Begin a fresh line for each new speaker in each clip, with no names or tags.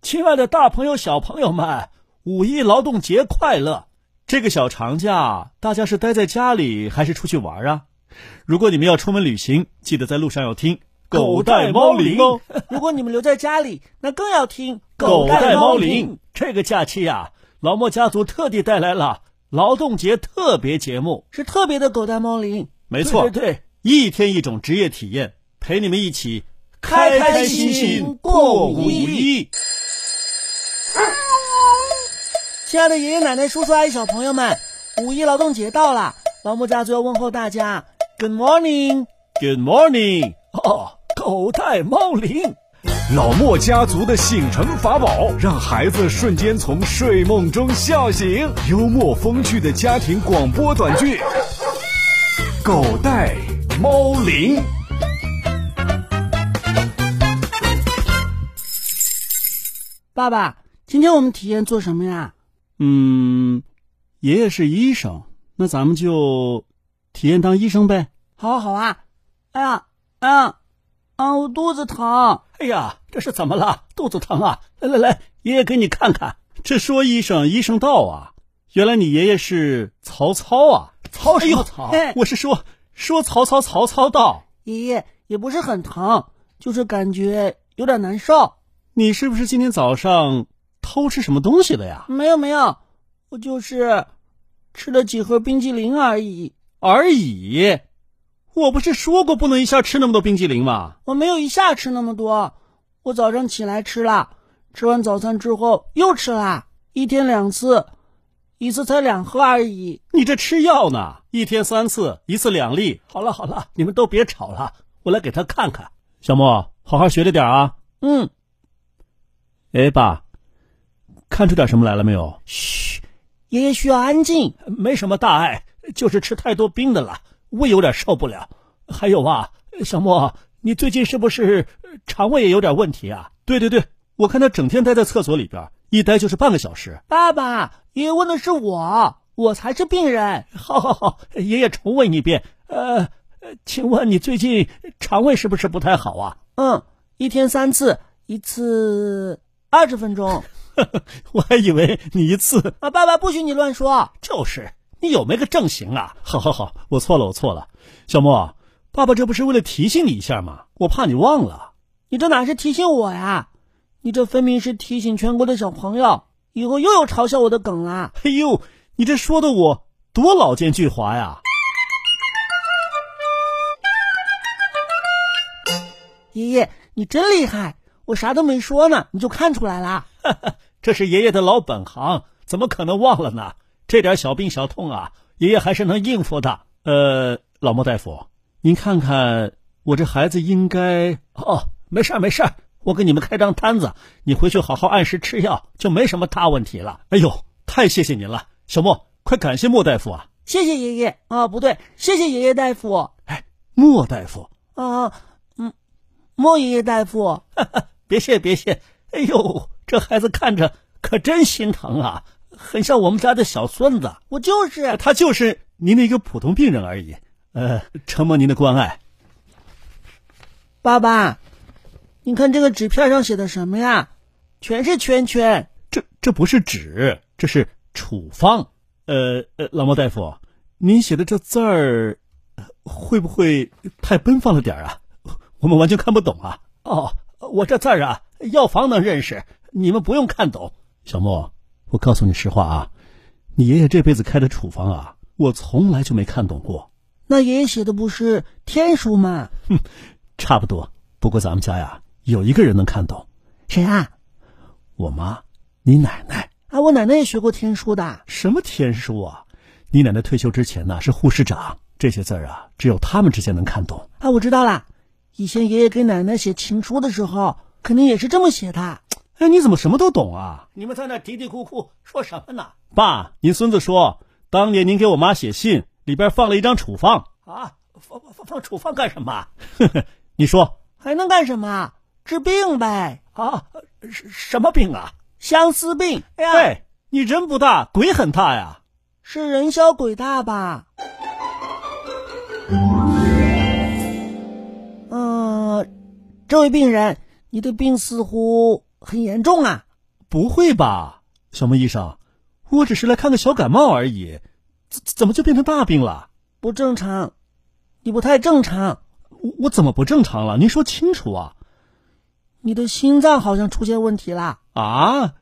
亲爱的大朋友、小朋友们，五一劳动节快乐！这个小长假，大家是待在家里还是出去玩啊？如果你们要出门旅行，记得在路上要听《
狗
带
带
猫
猫
铃
铃》
哦。
如果你们留在家里，那更要听
狗带
带
猫
铃
铃。。这个假期呀、劳模家族特地带来了劳动节特别节目，
是特别的狗带猫铃。
没错，
对对对，
一天一种职业体验，陪你们一起
开
开
开
心
心
心
心
过
过
五
五
一
一。亲爱的爷爷奶奶、叔叔阿姨、小朋友们，五一劳动节到了，劳模家族要问候大家，Good morning。
Good morning，哦，狗带猫铃。
老莫家族的醒神法宝，让孩子瞬间从睡梦中笑醒。幽默风趣的家庭广播短剧，《狗带猫铃》。
爸爸，今天我们体验做什么呀？
嗯，爷爷是医生，那咱们就体验当医生呗。
好啊，好啊。哎呀，哎呀，啊，我肚子疼。
哎呀，这是怎么了？肚子疼啊！来来来，爷爷给你看看。这说医生，医生到啊！原来你爷爷是曹操啊！
曹
哎
什么
呦
曹，
哎我是说说曹操，曹操到。
爷爷也不是很疼，就是感觉有点难受。
你是不是今天早上偷吃什么东西了呀？
没有没有，我就是吃了几盒冰激凌而已，
而已，我不是说过不能一下吃那么多冰激凌吗？
我没有一下吃那么多。我早上起来吃了，吃完早餐之后又吃了，一天两次，一次才两盒而已。
你这吃药呢？一天三次，一次两粒。好了好了，你们都别吵了，我来给他看看。小莫，好好学着点啊。
嗯，
哎，爸，看出点什么来了没有？
爷爷需要安静。
没什么大碍，就是吃太多冰的了，胃有点受不了。还有啊，小莫，你最近是不是呃肠胃也有点问题啊？对对对，我看他整天待在厕所里边，一待就是半个小时。
爸爸，爷爷问的是我，我才是病人。
好好好，爷爷重问一遍，呃，呃请问你最近肠胃是不是不太好啊？
嗯，一天三次，一次二十分钟。
我还以为你一次
啊，爸爸不许你乱说。
就是你有没个正形啊？好好好，我错了，我错了，小莫，爸爸这不是为了提醒你一下吗？我怕你忘了。
你这哪是提醒我呀？你这分明是提醒全国的小朋友，以后又有嘲笑我的梗啊啦！
哎呦，你这说的我多老奸巨猾呀！
爷爷，你真厉害，我啥都没说呢，你就看出来啊啦。
这是爷爷的老本行，怎么可能忘了呢？这点小病小痛啊，爷爷还是能应付的。呃，老莫大夫，您看看我这孩子应该……哦，没事儿没事儿，我给你们开张单子，你回去好好按时吃药，就没什么大问题了。哎呦，太谢谢您了，小莫，快感谢莫大夫啊！
谢谢爷爷啊，不对，谢谢爷爷大夫
莫大夫，
啊，嗯，莫爷爷大夫，
别谢别谢。哎呦，这孩子看着可真心疼啊，很像我们家的小孙子。
我就是
他就是您的一个普通病人而已。呃，承蒙您的关爱。
爸爸。你看这个纸片上写的什么呀？全是圈圈。
这这不是纸，这是处方。呃呃，老莫大夫，您写的这字儿呃会不会太奔放了点儿啊？我们完全看不懂啊。哦，我这字儿啊，药房能认识，你们不用看懂。小莫，我告诉你实话啊，你爷爷这辈子开的处方啊，我从来就没看懂过。
那爷爷写的不是天书吗？
差不多，不过咱们家呀，有一个人能看懂，
谁啊？
我妈，你奶奶。
啊，我奶奶也学过天书的。啊
什么天书啊？你奶奶退休之前呢、是护士长，这些字儿啊，只有他们之间能看懂。
啊，我知道啦。以前爷爷给奶奶写情书的时候，肯定也是这么写的。
哎，你怎么什么都懂啊？
你们在那嘀嘀咕咕说什么呢？
爸，您孙子说，当年您给我妈写信，里边放了一张处方。
啊，放放放处方干什么？
呵呵， 你说
还能干什么？治病呗，
啊，什什么病啊？
相思病。哎呀，
哎，你人不大，鬼很大呀。
是人小鬼大吧？呃嗯、这位病人，你的病似乎很严重啊。
不会吧，小孟医生，我只是来看个小感冒而已，怎怎么就变成大病了？
不正常，你不太正常，
我我怎么不正常了？您说清楚啊！
你的心脏好像出现问题啦。
啊，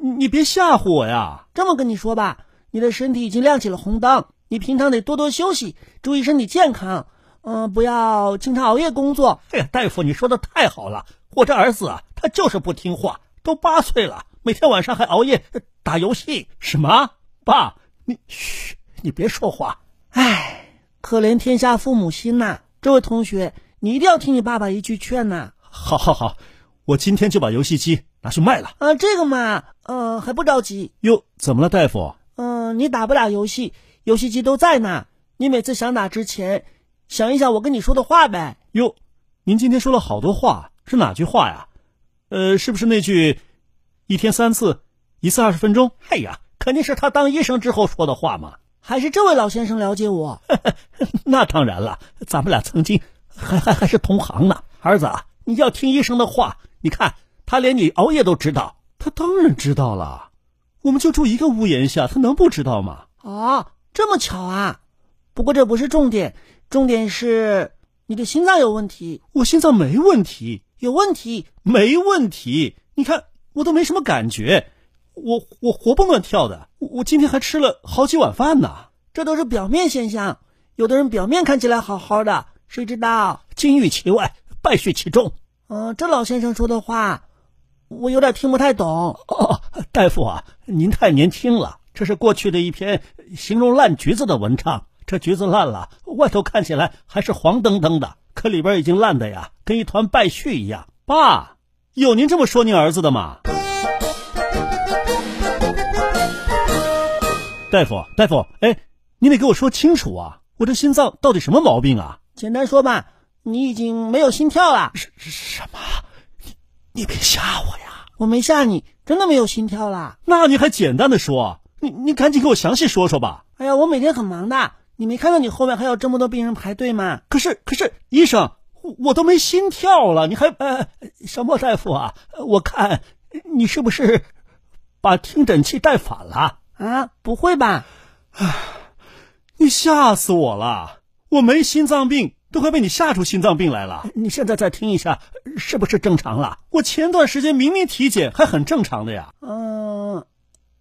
你你别吓唬我呀！
这么跟你说吧，你的身体已经亮起了红灯，你平常得多多休息，注意身体健康。嗯，不要经常熬夜工作。
哎呀，大夫，你说的太好了，我这儿子啊，他就是不听话，都八岁了，每天晚上还熬夜打游戏。什么？爸，你嘘，你别说话。
唉，可怜天下父母心呐、这位同学，你一定要听你爸爸一句劝呐、
好好好，我今天就把游戏机拿去卖了。
啊，这个嘛，呃，还不着急。
哟，怎么了，大夫？
嗯、你打不打游戏？游戏机都在呢。你每次想打之前，想一想我跟你说的话呗。
哟，您今天说了好多话，是哪句话呀？呃，是不是那句“一天三次，一次二十分钟”？哎呀，肯定是他当医生之后说的话嘛。
还是这位老先生了解我。
那当然了，咱们俩曾经还还还是同行呢。儿子啊，你要听医生的话。你看，他连你熬夜都知道。他当然知道了，我们就住一个屋檐下，他能不知道吗？
哦，这么巧啊！不过这不是重点，重点是你的心脏有问题，
我心脏没问题，
有问题。
没问题。你看，我都没什么感觉，我我活蹦乱跳的。我我今天还吃了好几碗饭呢。
这都是表面现象。有的人表面看起来好好的，谁知道？
金玉其外，败絮其中。
嗯、这老先生说的话，我有点听不太懂。
哦，大夫啊，您太年轻了。这是过去的一篇形容烂橘子的文章。这橘子烂了，外头看起来还是黄澄澄的，可里边已经烂的呀，跟一团败絮一样。爸，有您这么说您儿子的吗？大夫，大夫，哎，您得给我说清楚啊！我这心脏到底什么毛病啊？
简单说吧，你已经没有心跳了。
什么？你你别吓我呀！
我没吓你，真的没有心跳啦。
那你还简单的说，你你赶紧给我详细说说吧。
哎呀，我每天很忙的，你没看到你后面还有这么多病人排队吗？
可是可是，医生，我我都没心跳了，你还呃，小莫大夫啊，我看你是不是把听诊器带反了？
啊，不会吧？
你吓死我了！我没心脏病，都快被你吓出心脏病来了。你现在再听一下，是不是正常了？我前段时间明明体检还很正常的呀。
嗯、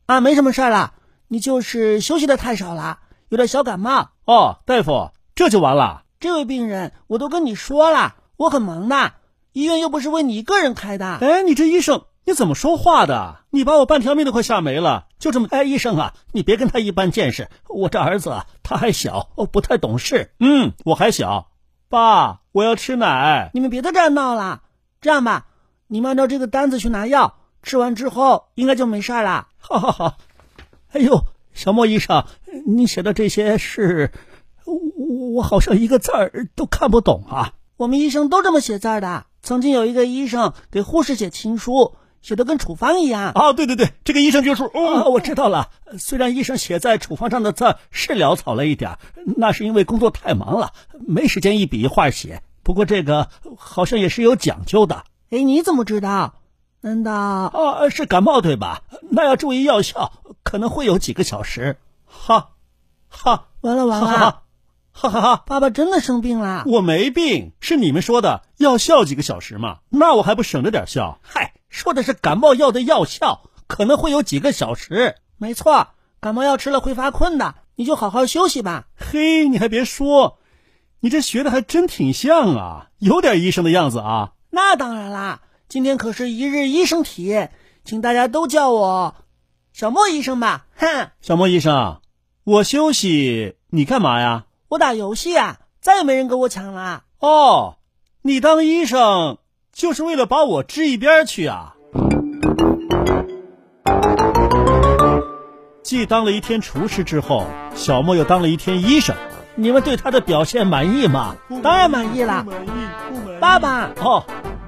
啊，没什么事儿啦，你就是休息的太少啦，有点小感冒。
哦，大夫，这就完了。
这位病人，我都跟你说了，我很忙的，医院又不是为你一个人开的。
哎，你这医生你怎么说话的？你把我半条命都快吓没了，就这么哎，医生啊，你别跟他一般见识。我这儿子啊，他还小，哦，不太懂事。嗯，我还小。爸，我要吃奶。
你们别在这儿闹了，这样吧，你们按照这个单子去拿药，吃完之后应该就没事儿了。
好好好。哎呦，小莫医生，你写的这些是，我我好像一个字儿都看不懂啊。
我们医生都这么写字儿的。曾经有一个医生给护士写情书，写的跟处方 一样。
啊，对对对，这个医生就是，哦、我知道了。虽然医生写在处方上的字儿是潦草了一点儿，那是因为工作太忙了，没时间一笔一画写。不过这个好像也是有讲究的
哎，你怎么知道？难道
啊，是感冒对吧？那要注意药效，可能会有几个小时。哈，哈，
完了完
哈哈
了，
哈，哈哈哈！
爸爸真的生病了？
我没病，是你们说的药效几个小时嘛？那我还不省着点笑？嗨，说的是感冒药的药效，可能会有几个小时。
没错，感冒药吃了会发困的，你就好好休息吧。
嘿，你还别说，你这学的还真挺像啊，有点医生的样子啊。
那当然啦，今天可是一日医生体验，请大家都叫我小莫医生吧。哼，
小莫医生，啊我休息，你干嘛呀？
我打游戏啊，再也没人跟我抢了。
哦，你当医生就是为了把我支一边儿去啊？既当了一天厨师之后，小莫又当了一天医生，你们对他的表现满意吗？
当然满意啦，爸爸，
哦，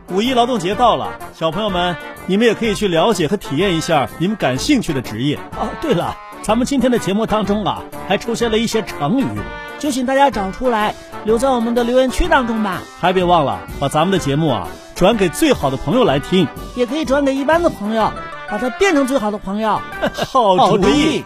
五一劳动节到了，小朋友们，你们也可以去了解和体验一下你们感兴趣的职业。哦，对了，咱们今天的节目当中啊，还出现了一些成语，
就请大家找出来，留在我们的留言区当中吧。
还别 忘了把咱们的节目啊转给最好的朋友来听。
也可以转给一般的朋友，把它变成最好的朋友。
好主意。